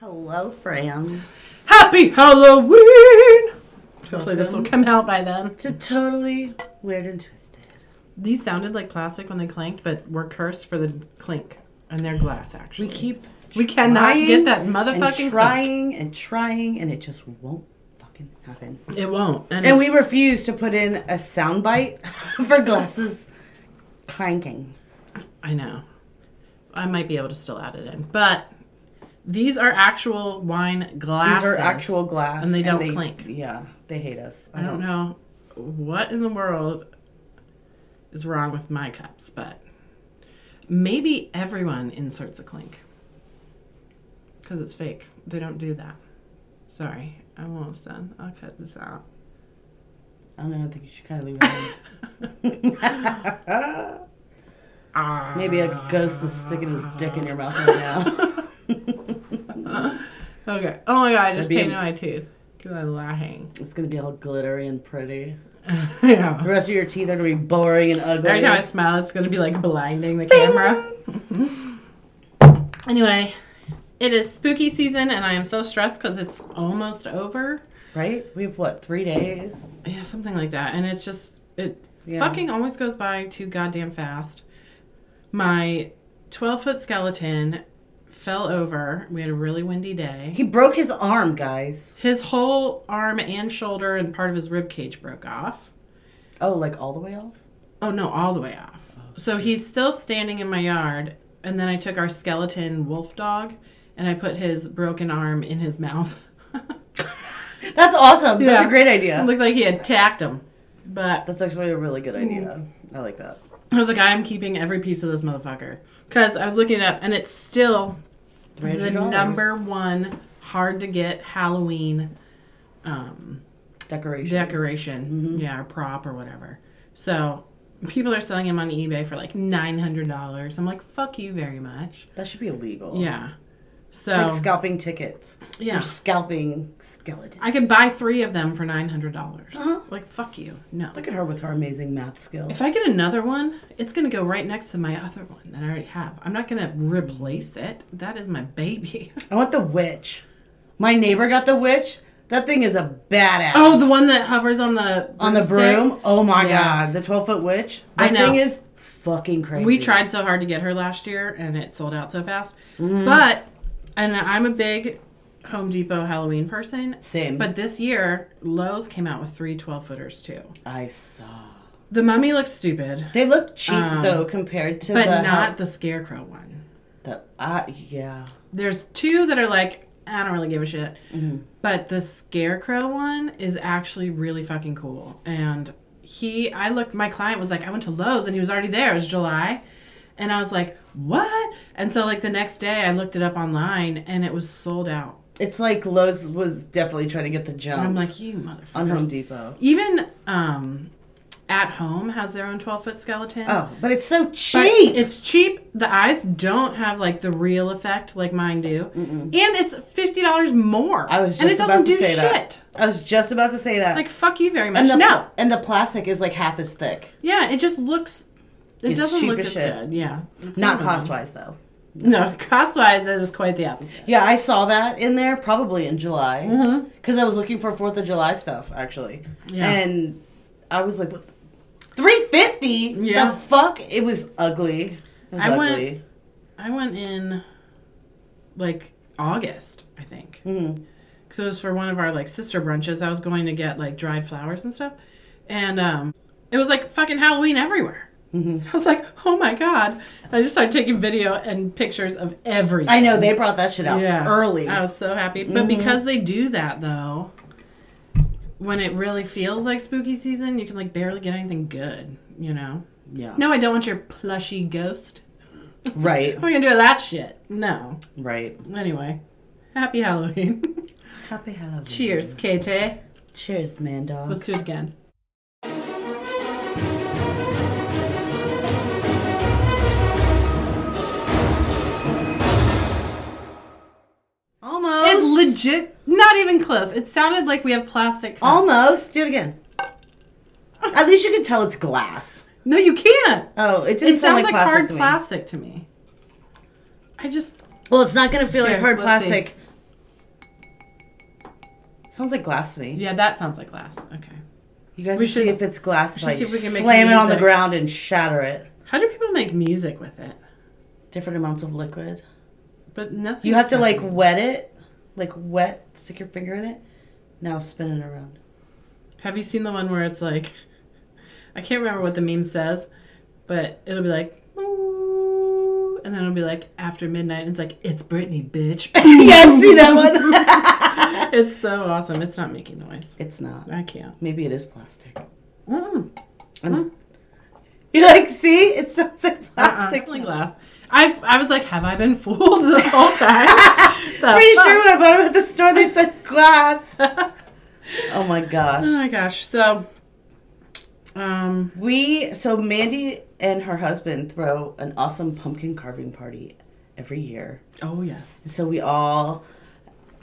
Hello, friends. Happy Halloween! Hopefully, this will come out by then. It's a totally weird and twisted. These sounded like plastic when they clanked, but we're cursed for the clink, and they're glass. Actually, We keep we cannot trying get that and motherfucking clink. trying and trying, and it just won't fucking happen. It won't. And we it's- refuse to put in a soundbite for glasses clanking. I know. I might be able to still add it in, but these are actual wine glasses. These are actual glass, and they don't clink. Yeah, they hate us. I don't know what in the world is wrong with my cups, but maybe everyone inserts a clink because it's fake. They don't do that. Sorry, I'm almost done. I'll cut this out. I don't know. I think you should kind of leave it. alone. Ah, Maybe a ghost is sticking his dick in your mouth right now. okay. Oh my god, I That'd just be- painted my tooth because I'm laughing. it's gonna be all glittery and pretty. The yeah. rest of your teeth are gonna be boring and ugly. Every time I smile, it's gonna be like blinding the camera. anyway, it is spooky season, and I am so stressed because it's almost over. Right? We have what, three days? Yeah, something like that. And it's just it Yeah. fucking always goes by too goddamn fast. My twelve foot skeleton fell over. We had a really windy day. He broke his arm, guys. His whole arm and shoulder and part of his rib cage broke off. Oh, like all the way off? Oh no, all the way off. So he's still standing in my yard, and then I took our skeleton wolf dog and I put his broken arm in his mouth. That's awesome. That's Yeah. a great it idea. looked like he had tacked him. But That's actually a really good idea. I like that. I was like, I'm keeping every piece of this motherfucker. Because I was looking it up, and it's still the $300. number one hard to get Halloween um, Decoration. decoration. Mm-hmm. Yeah, or prop or whatever. So people are selling them on eBay for like $900. I'm like, fuck you very much. that should be illegal. Yeah. So, It's like scalping tickets. yeah. You're scalping skeletons. I could buy three of them for $900. Uh-huh. Like, fuck you. No. Look at her with her amazing math skills. If I get another one, it's gonna go right next to my other one that I already have. I'm not gonna replace it. That is my baby. I want the witch. My neighbor got the witch. That thing is a badass. Oh, the one that hovers on the on the broomstick? broom. Oh my Yeah. god, the twelve foot witch. I That know. thing is fucking crazy. We tried so hard to get her last year, and it sold out so fast. Mm. But and I'm a big Home Depot Halloween person. same, but But this year, Lowe's came out with three 12 footers too. I saw. The mummy looks stupid, They look cheap Um, though compared to but the not the scarecrow one. the uh, yeah. There's two that are like, I don't really give a shit. But the scarecrow one is actually really fucking cool. And he, I looked, my client was like, I went to Lowe's and he was already there. It was July. And I was like, what? And so, like, the next day I looked it up online and it was sold out. It's like Lowe's was definitely trying to get the jump And I'm like, you on Home motherfuckers. Depot. Even um, At Home has their own 12 foot skeleton. Oh, but it's so But cheap. It's cheap. The eyes don't have like the real effect like mine do, and it's fifty dollars more. I was just and it about doesn't to do say shit. that. I was just about to say that. Like fuck you very much. and the no, and the plastic is like half as thick. yeah, it just looks. It It's doesn't cheap look as as shit. good. Yeah, It's Not annoying. cost wise though. No, cost wise, that is quite the opposite. Yeah, I saw that in there probably in July because I was looking for Fourth of July stuff actually, Mm-hmm. Yeah. and I was like, three fifty. Yeah. The fuck! It was ugly. It was I went- ugly. I went in like August, I think. Mhm. So it was for one of our like sister brunches. I was going to get like dried flowers and stuff, and um, it was like fucking Halloween everywhere. Mm-hmm. I was like, oh my god! I just started taking video and pictures of everything. I know they brought that shit out yeah, Uh, early. Mm-hmm. I was so happy, but because they do that though, when it really feels like spooky season, you can like barely get anything good. You know? yeah. No, I don't want your plushy ghost. Right. What am I gonna do with that shit? No. Right. Anyway, happy Halloween. Happy Halloween. Cheers, KJ. Cheers, man, dog. Let's do it again. Almost. It legit, not even close. It sounded like we have plastic. cups. Almost. Do it again. At least you can tell it's glass. no, you can't. Oh, it didn't It sound sounds like, plastic hard to me. plastic to me. I just Well, it's not gonna feel like Here, hard let's see. plastic Sounds like glass to me. Yeah, that sounds like glass. Okay. You guys We should see should- if it's glass. we If should I see if we can make slam it on the music. ground and shatter it. How do people make music with it? Different amounts of liquid. But nothing. You have to like wet it, like wet. Stick your finger in it. Now spin it around. Have you seen the one where it's like, I can't remember what the meme says, but it'll be like, "Ooh," and then it'll be like after midnight, and it's like it's Britney, bitch. yeah, I've seen that one. it's so awesome. It's not making noise. it's not. I can't. Maybe it is plastic. Mm-mm. I'm- You're like, see, it sounds like plastic. Uh-uh. Like glass. I I was like, have I been fooled this whole time? The Pretty fuck? sure when I bought them at the store, they said glass. Oh my oh gosh. my gosh. So, um, We so Mandy and her husband throw an awesome pumpkin carving party every year. oh yes. And so we all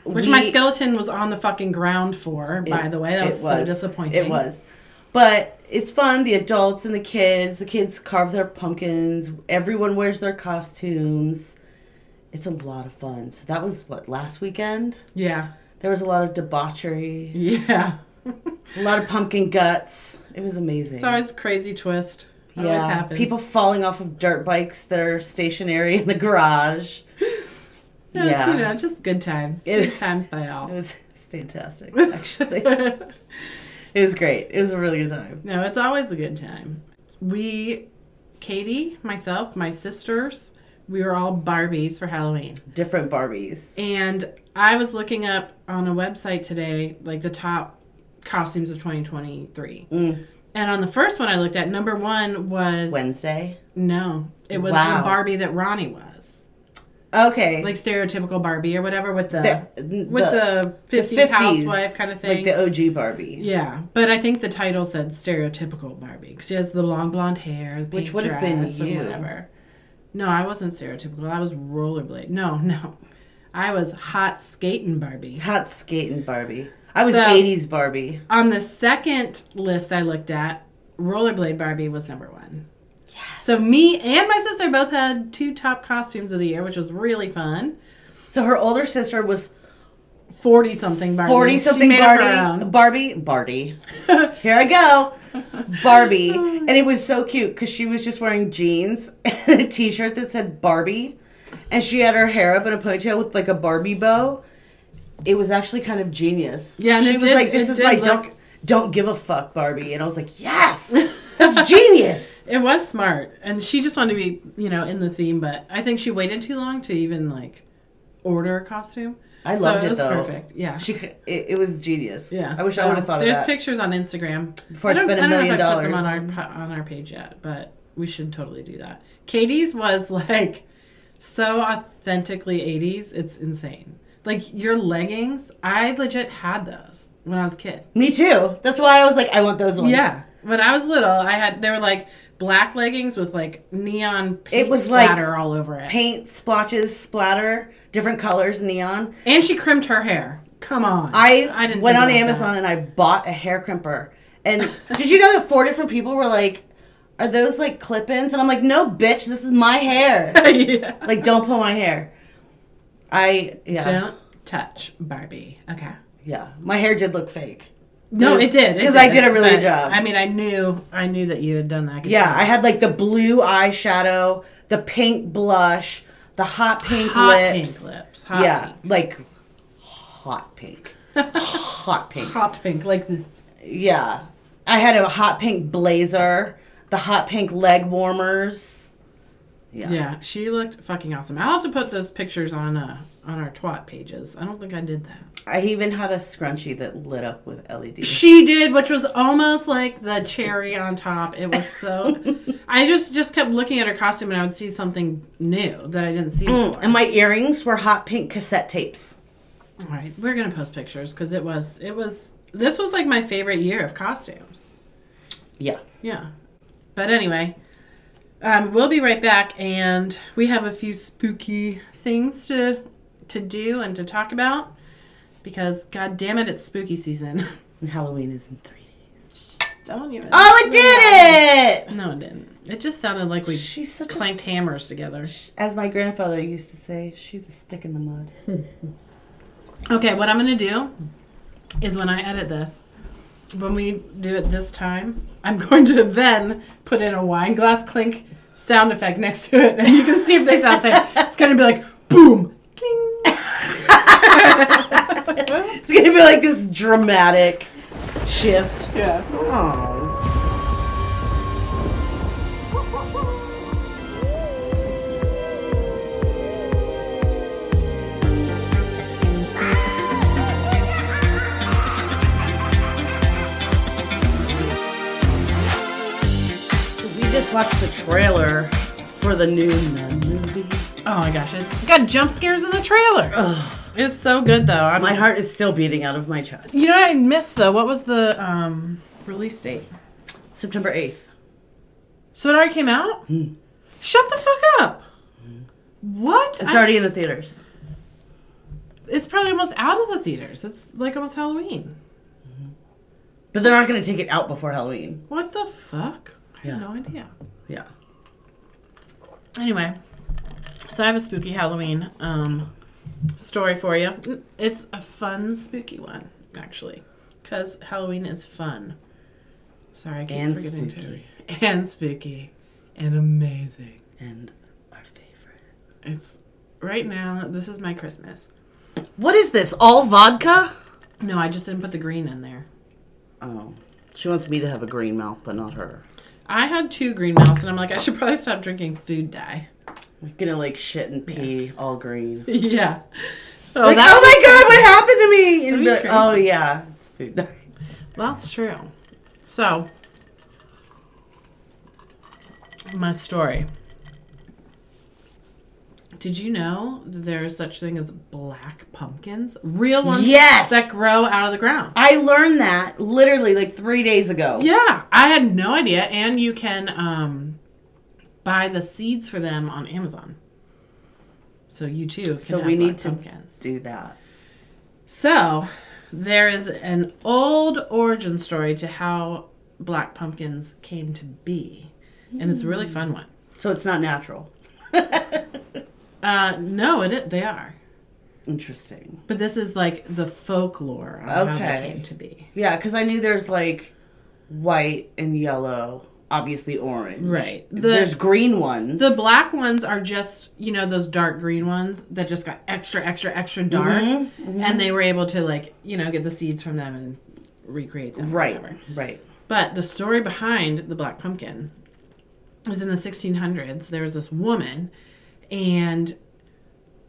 Which we- my skeleton was on the fucking ground for, by the way. That it was, so disappointing. It was. But it's fun. The adults and the kids. The kids carve their pumpkins. Everyone wears their costumes. It's a lot of fun. So that was what last weekend. Yeah. There was a lot of debauchery, Yeah. a lot of pumpkin guts. It was amazing. It's always crazy twist. It always yeah, happens. people falling off of dirt bikes that are stationary in the garage. It was, you know, just good times. It- good times by all. it was fantastic. Actually, it was great. It was a really good time. no, it's always a good time. We, Katie, myself, my sisters, we were all Barbies for Halloween. Different Barbies. And I was looking up on a website today, like the top costumes of 2023. Mm. And on the first one I looked at, number one was Wednesday. no, it was Wow. the Barbie that Ronnie was, Okay. like stereotypical Barbie or whatever with the, with the- the, the 50s, housewife kind of thing. Like the OG Barbie. yeah, but I think the title said stereotypical Barbie 'cause she has the long blonde hair, the Which pink would have been dress and you. Whatever. No, I wasn't stereotypical. I was rollerblade. No, no, I was hot skating Barbie. Hot skating Barbie. I was So- 80s Barbie. On the second list I looked at, Rollerblade Barbie was number one. So me and my sister both had two top costumes of the year, which was really fun. So her older sister was Forty something Barbie. 40 She something made up her Barbie. own. Barbie. Barbie. Here I go. Barbie. And it was so cute because she was just wearing jeans and a t shirt that said Barbie. And she had her hair up in a ponytail with like a Barbie bow. It was actually kind of genius. Yeah, and she it was did- like, "This it is did my look- don't don't give a fuck, Barbie," and I was like, "Yes, that's genius." It was smart, and she just wanted to be, you know, in the theme. But I think she waited too long to even like order a costume. I So loved it it, was though. perfect. Yeah. She, c- it, it was genius. Yeah, I wish I so would have thought of There's that. pictures on Instagram. Before I don't- spent a don't know million if I put them dollars. on our pa- on our page yet, but we should totally do that. Katie's was like so authentically 80s. It's insane. Like your leggings, I legit had those when I was a kid. Me too. That's why I was like, I want those ones. Yeah, when I was little, I had they were like black leggings with like neon paint It was, like, splatter all over it. Paint, splotches, splatter, different colors, neon. And she crimped her hair. Come on. I, went think on about Amazon and I bought a hair crimper. And did you know that four different people were like, are those like clip-ins? And I'm like, no, bitch, this is my hair. that. Yeah. like, don't pull my hair. I, yeah. Don't touch Barbie. Okay. Yeah. My hair did look fake. No, it did. it 'Cause I did a really But, good job. I mean, I knew, I knew that you had done that. Yeah, I had like the blue eyeshadow, the pink blush, the hot pink hot lips. pink lips. Hot yeah, pink. like hot pink. hot pink. hot pink like this. Yeah. I had a hot pink blazer, the hot pink leg warmers. Yeah. Yeah, she looked fucking awesome. I'll have to put those pictures on uh on our twat pages. I don't think I did that. I even had a scrunchie that lit up with E LED. She did, which was almost like the cherry on top. It was so. I just just kept looking at her costume, and I would see something new that I didn't see before. And my earrings were hot pink cassette tapes. All right, we're gonna post pictures because it was it was this was like my favorite year of costumes. Yeah. Yeah, but anyway, um, we'll be right back, and we have a few spooky things to to do and to talk about because god damn it, it's spooky season. And Halloween is in 3D. Don't even. Oh, it did it! No, it didn't. It just sounded like we She's such a clanked hammers together. As my grandfather used to say, she's a stick in the mud. Okay, what I'm gonna do is when I edit this. When we do it this time, I'm going to then put in a wine glass clink sound effect next to it, and you can see if they sound the same. It's going to be like boom, cling. It's gonna be like this dramatic shift. Yeah. Oh. So we just watched the trailer for the new Nun movie. Oh my gosh, it's got jump scares in the trailer. It's so good though. I'm My like, heart is still beating out of my chest. you know what I missed though? What was the um, release date? September 8th. So it already came out? Hmm. Shut the fuck up. What? It's I- already in the theaters. it's probably almost out of the theaters. It's like almost Halloween. But they're not gonna take it out before Halloween. What the fuck? I Yeah. have no idea. Yeah. Anyway, so I have a spooky Halloween um, story for you. It's a fun, spooky one, actually, because Halloween is fun. Sorry, I keep And forgetting spooky. to. And spooky. And amazing. And our favorite. It's right now, this is my Christmas. What is this? All vodka? No, I just didn't put the green in there. Oh. She wants me to have a green mouth, but not her. I had two green mouths, and I'm like, I should probably stop drinking food dye. We're gonna like shit and pee all green. yeah. Oh, like, that- oh my god, what happened to me? And be That'd like, be oh yeah, it's food night. That's true. So, my story. Did you know that there's such thing as black pumpkins? Real ones Yes! that grow out of the ground. I learned that literally like three days ago. Yeah, I had no idea. And you can um, buy the seeds for them on Amazon. So you too. Can So have we black need to pumpkins. do that. So, there is an old origin story to how black pumpkins came to be, and it's a Hmm. really fun one. So it's not natural. Uh, no, it, i- they are, Interesting. but this is like the folklore on how Okay. they came to be. Yeah, because I knew there's like white and yellow, obviously orange. Right. The- there's green ones. The black ones are just you know those dark green ones that just got extra, extra, extra dark, Mhm, and they were able to like you know get the seeds from them and recreate them. or Right. whatever. Right. But the story behind the black pumpkin is in the 1600s. There was this woman, and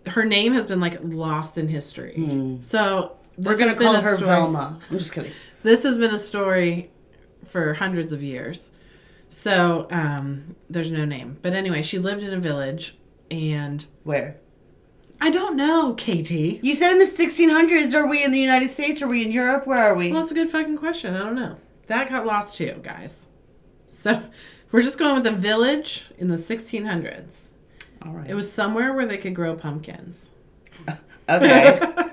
her name has been like lost in history. So this Hmm. We're gonna has been call a her story- Velma. I'm just kidding. This has been a story for hundreds of years. So um, there's no name. But anyway, she lived in a village, and Where? I don't know, Katie. You said in the 1600s. Are we in the United States? Are we in Europe? Where are we? Well, that's a good fucking question. I don't know. That got lost too, guys. So we're just going with a village in the 1600s. All right. It was somewhere where they could grow pumpkins. okay.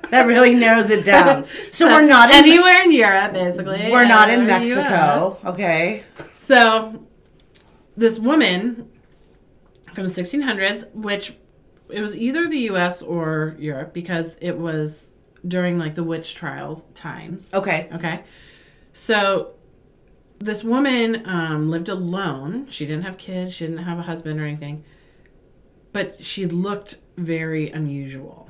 that really narrows it down. So, we're not in anywhere in Europe, basically. we're not or in the US. Mexico. Okay. So this woman from the 1600s, which it was either the U.S. or Europe because it was during like the witch trial times. Okay. Okay. So this woman um, lived alone. She didn't have kids. She didn't have a husband or anything. But she looked very unusual.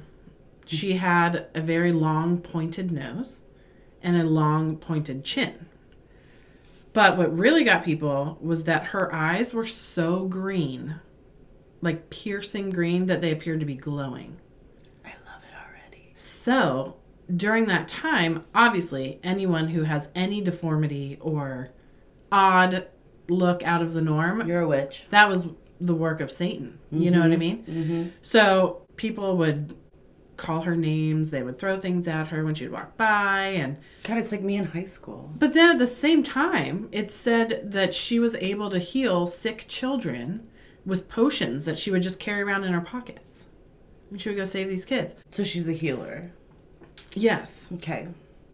She had a very long pointed nose and a long pointed chin. But what really got people was that her eyes were so green, like piercing green, that they appeared to be glowing. I love it already. So during that time, obviously, anyone who has any deformity or odd look out of the norm, You're a witch. that was the work of Satan. You know what I mean? So people would call her names, they would throw things at her when she would walk by and God, it's like me in high school. but then at the same time, it said that she was able to heal sick children with potions that she would just carry around in her pockets. And she would go save these kids. So she's a healer. Yes. Okay.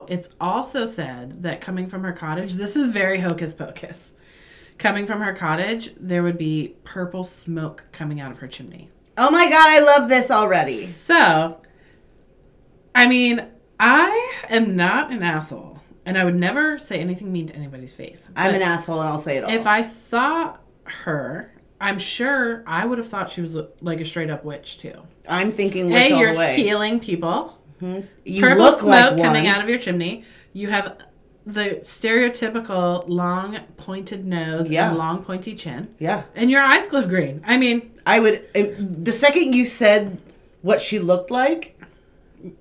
It's also said that coming from her cottage, this is very hocus pocus. Coming from her cottage, there would be purple smoke coming out of her chimney. Oh my God, I love this already. So, I mean, I am not an asshole, and I would never say anything mean to anybody's face. I'm But an asshole and I'll say it all. If I saw her, I'm sure I would have thought she was like a straight up witch too. I'm thinking Hey, witch all you're the way. healing people. you Purple look smoke like one. coming out of your chimney. You have the stereotypical long pointed nose Yeah. and long pointy chin, yeah, and your eyes glow green. I mean, I would. um, The second you said what she looked like,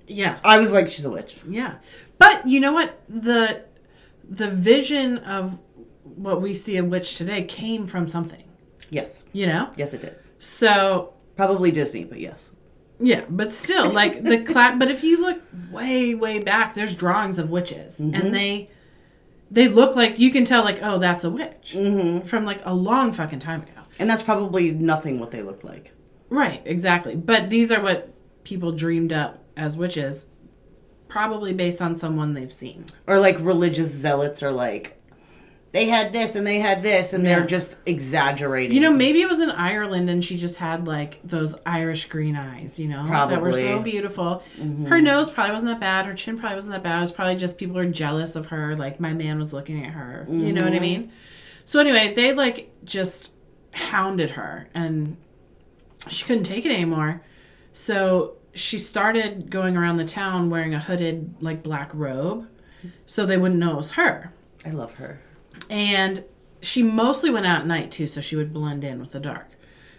yeah, I was like, she's a witch. yeah. But you know what the the vision of what we see of witch today came from something. Yes, You know, yes, it did. so Probably Disney, but yes. Yeah, but still, like the clap. But if you look way, way back, there's drawings of witches, Mm-hmm. and they they look like you can tell, like, oh, that's a witch Mm-hmm. from like a long fucking time ago. And that's probably nothing what they looked like. Right, exactly. But these are what people dreamed up as witches, probably based on someone they've seen. Or like religious zealots are like, they had this and they had this, and Yeah. they're just exaggerating. You know, maybe it was in Ireland, and she just had like those Irish green eyes, you know, that were so Probably. beautiful. Her nose probably wasn't that bad. Her chin probably wasn't that bad. It was probably just people were jealous of her. Like my man was looking at her. You know what I mean? So anyway, they like just hounded her, and she couldn't take it anymore. So she started going around the town wearing a hooded like black robe, so they wouldn't know it was her I love her. and she mostly went out at night too so she would blend in with the dark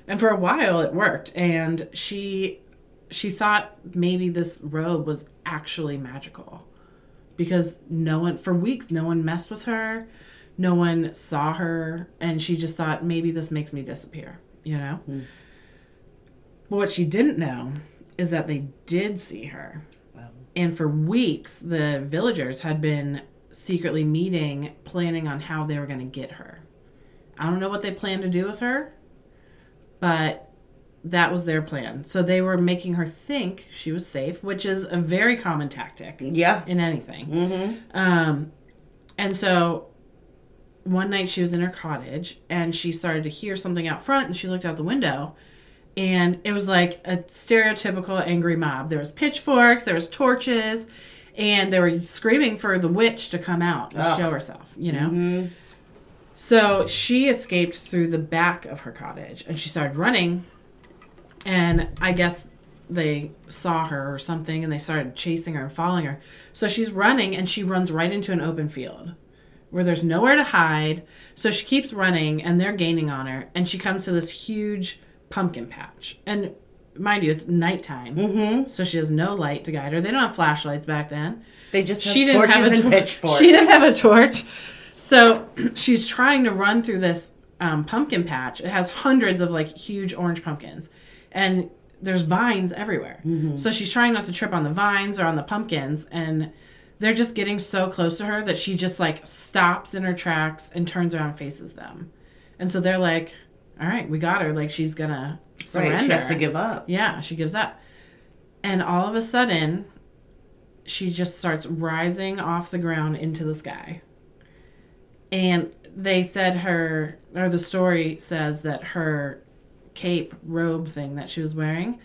and for a while it worked and she she thought maybe this robe was actually magical because no one for weeks no one messed with her no one saw her and she just thought maybe this makes me disappear you know but what she didn't know is that they did see her Wow. and for weeks, the villagers had been secretly meeting, planning on how they were going to get her. I don't know what they planned to do with her, but that was their plan. So they were making her think she was safe, which is a very common tactic Yeah. in anything. Mm-hmm. Um, and so one night she was in her cottage and she started to hear something out front and she looked out the window and it was like a stereotypical angry mob. There was pitchforks, there was torches, and they were screaming for the witch to come out and Ugh. Mm-hmm. show herself, you know? So she escaped through the back of her cottage and she started running. And I guess they saw her or something and they started chasing her and following her. So she's running and she runs right into an open field where there's nowhere to hide. So she keeps running and they're gaining on her. And she comes to this huge pumpkin patch. And mind you, it's nighttime. Mm-hmm. So she has no light to guide her. They don't have flashlights back then They just have she didn't torches have a and torch. pitchforks. She didn't have a torch. So she's trying to run through this um, pumpkin patch. It has hundreds of like huge orange pumpkins, and there's vines everywhere. Mm-hmm. So she's trying not to trip on the vines or on the pumpkins, and they're just getting so close to her that she just like stops in her tracks and turns around and faces them. And so they're like, "All right, we got her. Like she's gonna surrender." right. She has to give up. Yeah, she gives up. And all of a sudden, she just starts rising off the ground into the sky. And they said her, or the story says that her cape robe thing that she was wearing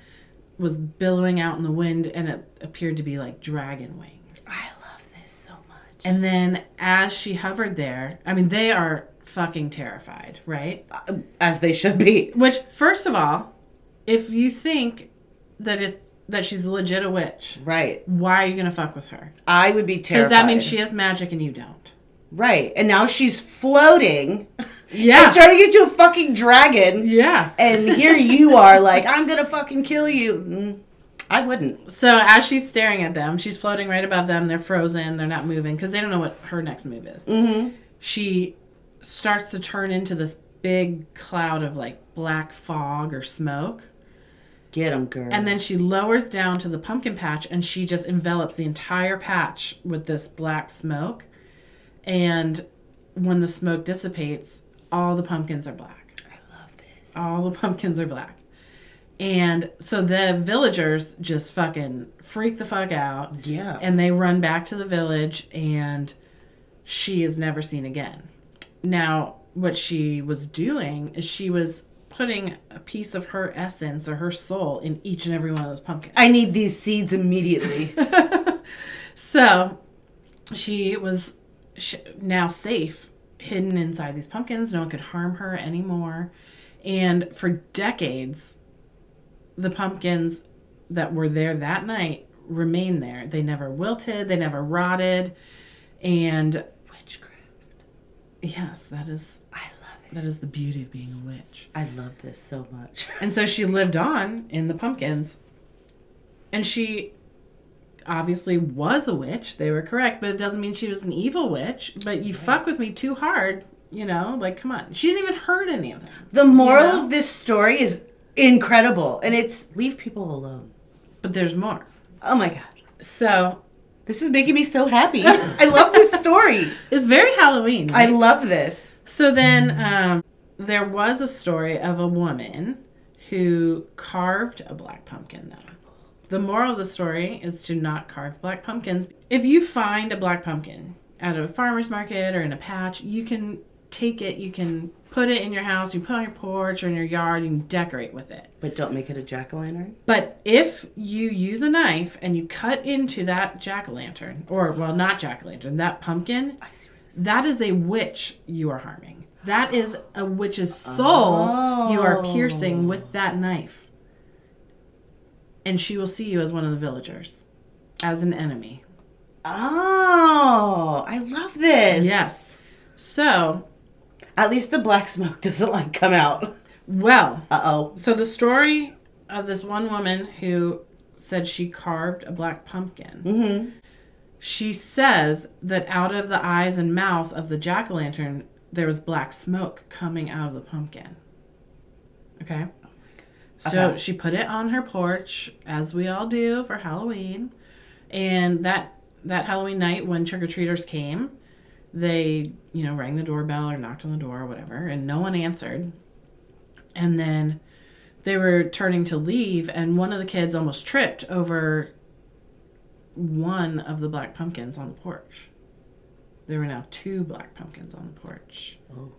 was billowing out in the wind and it appeared to be like dragon wings. I love this so much. And then as she hovered there, I mean, they are fucking terrified, right? As they should be. Which, first of all, if you think that it that she's legit a witch, Right. why are you gonna fuck with her? I would be terrified. Because that means she has magic and you don't. Right. And now she's floating, Yeah, turning into a fucking dragon. yeah. And here you are, like, I'm gonna fucking kill you. Mm, I wouldn't. So as she's staring at them, she's floating right above them. They're frozen. They're not moving because they don't know what her next move is. Mm-hmm. She starts to turn into this big cloud of like black fog or smoke. Get him, girl. And then she lowers down to the pumpkin patch and she just envelops the entire patch with this black smoke. And when the smoke dissipates, all the pumpkins are black. I love this. All the pumpkins are black. And so the villagers just fucking freak the fuck out Yeah. and they run back to the village and she is never seen again. Now, what she was doing is she was putting a piece of her essence or her soul in each and every one of those pumpkins. I need these seeds immediately. So she was sh now safe, hidden inside these pumpkins. No one could harm her anymore. And for decades, the pumpkins that were there that night remained there. They never wilted, they never rotted. And Witchcraft. yes, that is I love it. that is the beauty of being a witch. I love this so much. And so she lived on in the pumpkins. And she obviously was a witch. They were correct, but it doesn't mean she was an evil witch. But you fuck with me too hard, you know? Like, come on. She didn't even hurt any of them. The moral know? of this story is incredible, and it's leave people alone. But there's more. Oh my god, So this is making me so happy. I love this story. it's very Halloween. I love this. So then um, there was a story of a woman who carved a black pumpkin, though. The moral of the story is to not carve black pumpkins. If you find a black pumpkin at a farmer's market or in a patch, you can take it, you can put it in your house, you put it on your porch or in your yard, you can decorate with it. But don't make it a jack o' lantern. But if you use a knife and you cut into that jack o' lantern, or, well, not jack o' lantern, that pumpkin, I see. where this- that is a witch you are harming. That is a witch's soul you are piercing with that knife. And she will see you as one of the villagers, as an enemy. Oh, I love this. Yes. So, At least the black smoke doesn't like come out. well, Uh oh. so the story of this one woman who said she carved a black pumpkin. Mm-hmm. She says that out of the eyes and mouth of the jack o' lantern, there was black smoke coming out of the pumpkin. Okay. So Okay. she put it on her porch, as we all do for Halloween. And that that Halloween night, when trick or treaters came, they you know rang the doorbell or knocked on the door or whatever, and no one answered. And then they were turning to leave, and one of the kids almost tripped over one of the black pumpkins on the porch. There were now two black pumpkins on the porch. Oh.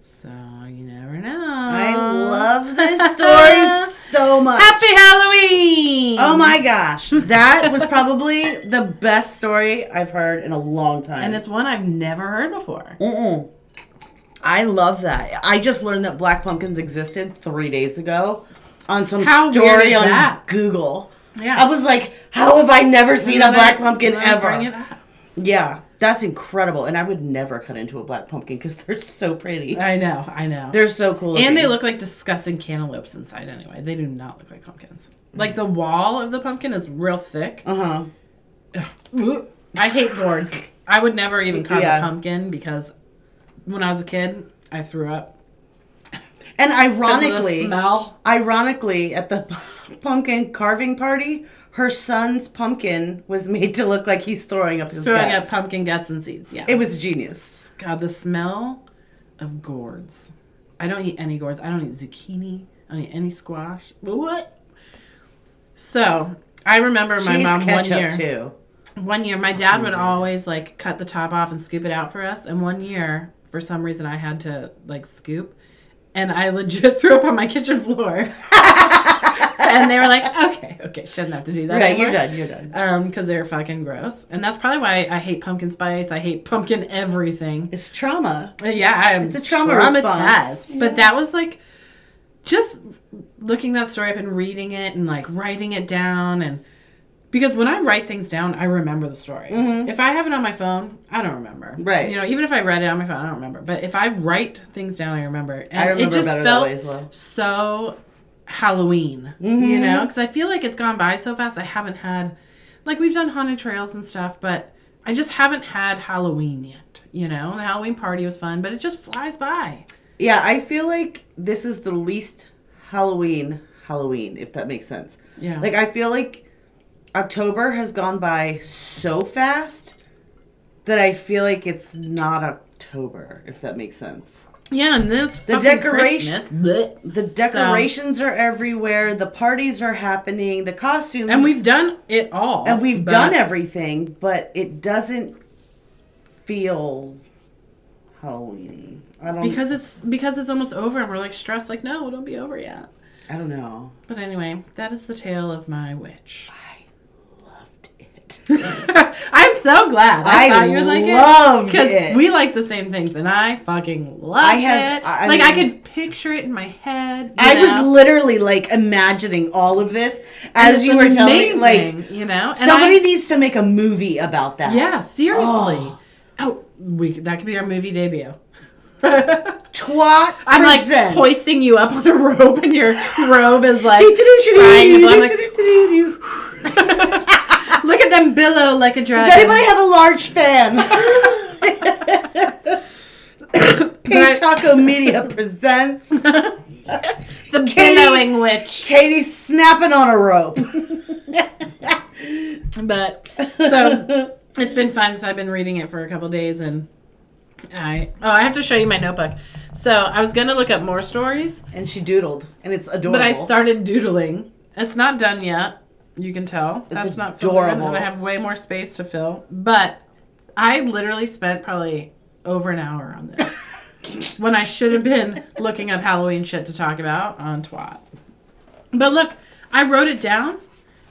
So you never know. I love this story so much. Oh. Happy Halloween! Oh my gosh, that was probably the best story I've heard in a long time. And it's one I've never heard before. Mm-mm. I love that. I just learned that black pumpkins existed three days ago on some How weird story is on that? Google. Yeah. I was like, how have I never seen a Let me- black pumpkin let me Bring it ever? up. Yeah, that's incredible. And I would never cut into a black pumpkin because they're so pretty. I know, I know. They're so cool. and they looking. look like disgusting cantaloupes inside anyway. They do not look like pumpkins. Mm. Like the wall of the pumpkin is real thick. Uh-huh. I hate gourds. I would never even carve Yeah. a pumpkin because when I was a kid, I threw up. And 'Cause of the ironically, smell. ironically at the pumpkin carving party, her son's pumpkin was made to look like he's throwing up his Throwing guts. up pumpkin guts and seeds. Yeah. It was genius. God, the smell of gourds. I don't eat any gourds. I don't eat zucchini. I don't eat any squash. What? So I remember my she mom eats one ketchup year. too. One year, my dad would always like cut the top off and scoop it out for us. And one year, for some reason, I had to like scoop, and I legit threw up on my kitchen floor. and they were like, "Okay, okay, shouldn't have to do that." Right, you're anymore." done. You're done. Um, because they're fucking gross, and that's probably why I hate pumpkin spice. I hate pumpkin everything. It's trauma. Uh, Yeah, I'm a trauma response. But that was like just looking that story up and reading it and like writing it down and because when I write things down, I remember the story. If I have it on my phone, I don't remember. Mm-hmm. Right. You know, even if I read it on my phone, I don't remember. But if I write things down, I remember. And I remember it just better felt that way as well. Mm-hmm. so Halloween, you know, because I feel like it's gone by so fast. I haven't had, like, we've done haunted trails and stuff, but I just haven't had Halloween yet. You know, the Halloween party was fun, but it just flies by. Yeah, I feel like this is the least Halloween Halloween, if that makes sense. Yeah. Like I feel like October has gone by so fast that I feel like it's not October, if that makes sense. yeah, and then it's the decoration- decoration. Christmas. bleh. The decorations are everywhere, the parties are happening, the costumes And we've done it all. and we've but- done everything, but it doesn't feel Halloweeny. I don't because it's because it's almost over, and we're like stressed, like no, it'll be over yet. I don't know. But anyway, that is the tale of my witch. I loved it. it. I'm so glad. I, I thought you would like it loved because it. we like the same things, and I fucking love I have- it. I- I like I mean- could picture it in my head. you I was know? literally like imagining all of this And as it's you were telling me. Like amazing, you know, and somebody I- needs to make a movie about that. yeah, seriously. Oh. Oh, we that could be our movie debut. Twat. I'm like presents. hoisting you up on a rope, and your robe is like crying. and I'm like, Does look at them billow like a dragon. anybody have a large fan? Pink But- Taco Media presents the Katie- billowing witch? Katie snapping on a rope. But so it's been fun. So I've been reading it for a couple days, and I oh I have to show you my notebook. So I was gonna look up more stories, And she doodled, and it's adorable. but I started doodling. It's not done yet. You can tell that's not filled in, adorable. and I have way more space to fill. But I literally spent probably over an hour on this when I should have been looking up Halloween shit to talk about on Twat. But look, I wrote it down,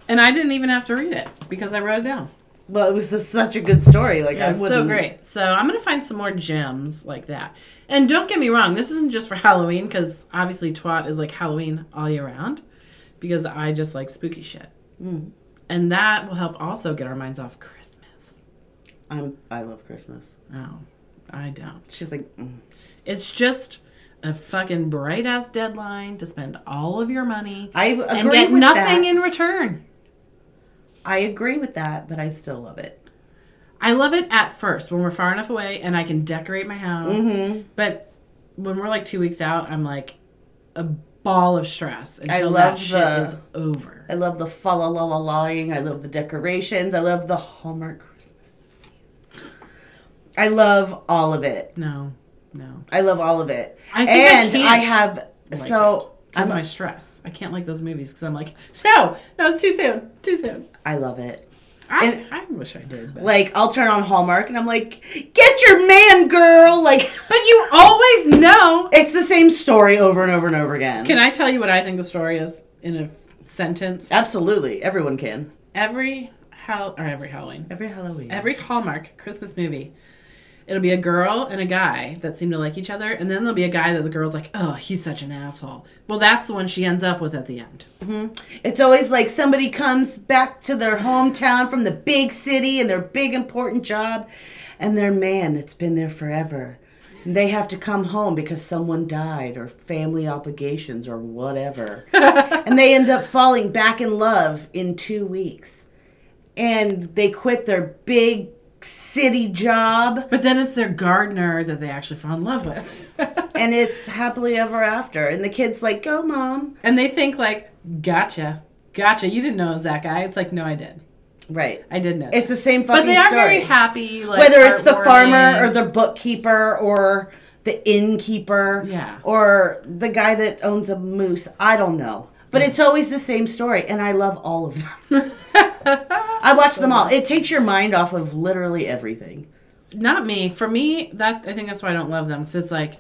and I didn't even have to read it because I wrote it down. Well, it was just such a good story. Like I Yeah, wouldn't. so great. So I'm gonna find some more gems like that. And don't get me wrong, this isn't just for Halloween because obviously twat is like Halloween all year round because I just like spooky shit, Mm. and that will help also get our minds off Christmas. I'm, I love Christmas. Oh, I don't. She's like, mm. It's just a fucking bright ass deadline to spend all of your money I agree and get with nothing that. in return. I agree with that, but I still love it. I love it at first when we're far enough away and I can decorate my house. But when we're like two weeks out, I'm like a ball of stress until love that shit the- is over. I love the fa la la la laing. I love the decorations. I love the Hallmark Christmas. movies. I love all of it. No, no. I love all of it. I think I and I, can't have like so Because I'm, of my stress. I can't like those movies because I'm like, no, no, it's too soon, too soon. I love it. I, And- I wish I did. But. Like I'll turn on Hallmark and I'm like, get your man, girl. Like but you always know. it's the same story over and over and over again. Can I tell you what I think the story is in a sentence? Absolutely, everyone can. Every, hal- or every Halloween. Every Halloween. every Hallmark Christmas movie, it'll be a girl and a guy that seem to like each other, and then there'll be a guy that the girl's like, "Oh, he's such an asshole." Well, that's the one she ends up with at the end. It's always like somebody comes back to their hometown from the big city and their big important job and their man that's been there forever. And they have to come home because someone died or family obligations or whatever. and they end up falling back in love in two weeks. And they quit their big city job But then it's their gardener that they actually fall in love with, and it's happily ever after. And the kid's like, Go, mom. and they think like, "Gotcha, gotcha, you didn't know it was that guy." It's like, "No, I did, Right. I did know." It's the same fucking but they are story. very happy. Like, whether it's the farmer heartwarming. or the bookkeeper or the innkeeper Yeah. or the guy that owns a moose i don't know but it's always the same story and i love all of them i watch them all it takes your mind off of literally everything not me. For me, that I think that's why I don't love them because it's like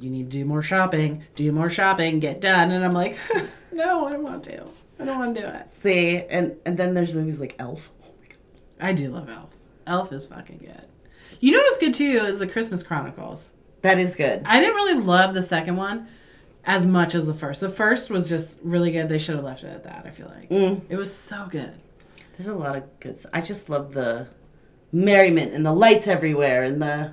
you need to do more shopping, do more shopping, get done, and I'm like, no, I don't want to. I don't want to do it. see and, and then there's movies like elf oh my god I do love Elf. Elf is fucking good. You know what's good too is the Christmas Chronicles. that is good I didn't really love the second one as much as the first. The first was just really good. They should have left it at that. I feel like it was so good. there's a lot of good s- i just love the merriment and the lights everywhere and the i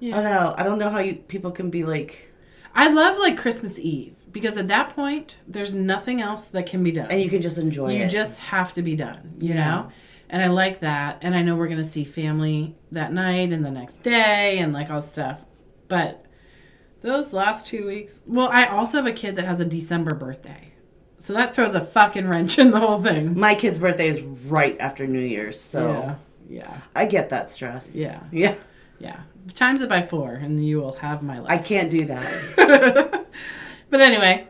Yeah. don't know i don't know how you people can be like I love like Christmas Eve because at that point there's nothing else that can be done. and you can just enjoy you it just have to be done you Yeah. know and i like that and i know we're gonna see family that night and the next day and like all stuff but those last two weeks well i also have a kid that has a december birthday so that throws a fucking wrench in the whole thing My kid's birthday is right after New Year's, so yeah I get that stress. yeah Yeah. yeah times it by four and you will have my I life can't do that. but anyway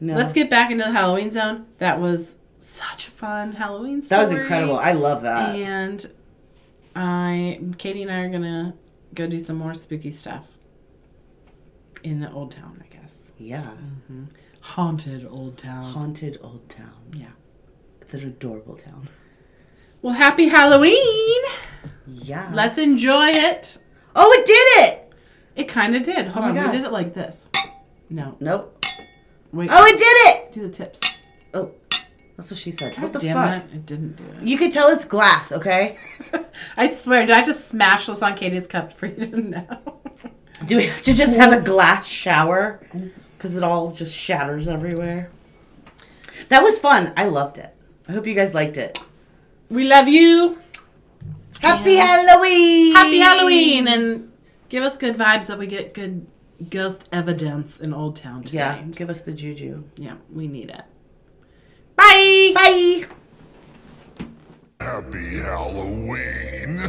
No. let's get back into the halloween zone that was such a fun halloween that story. was incredible. I love that. and I, Katie and I are gonna go do some more spooky stuff in the old town, I guess. Yeah. Haunted old town. Haunted old town. Mm. yeah. It's an adorable town. Well, happy Halloween. Yeah. Let's enjoy it. oh, it did it. It kind of did. Hold Oh my on, God. we did it like this. No, Nope. wait. Oh, it did it. do the tips. Oh, that's what she said. God what the damn fuck? it! It didn't do it. You could tell it's glass, okay? I swear, did I just smash this on Katie's cup for you to know? Do we have to just have a glass shower? Because it all just shatters everywhere. That was fun. I loved it. I hope you guys liked it. We love you. Happy Halloween! Happy Halloween, and give us good vibes that we get good ghost evidence in Old Town Yeah, today. give us the juju. yeah we need it. Bye. Bye! Happy Halloween.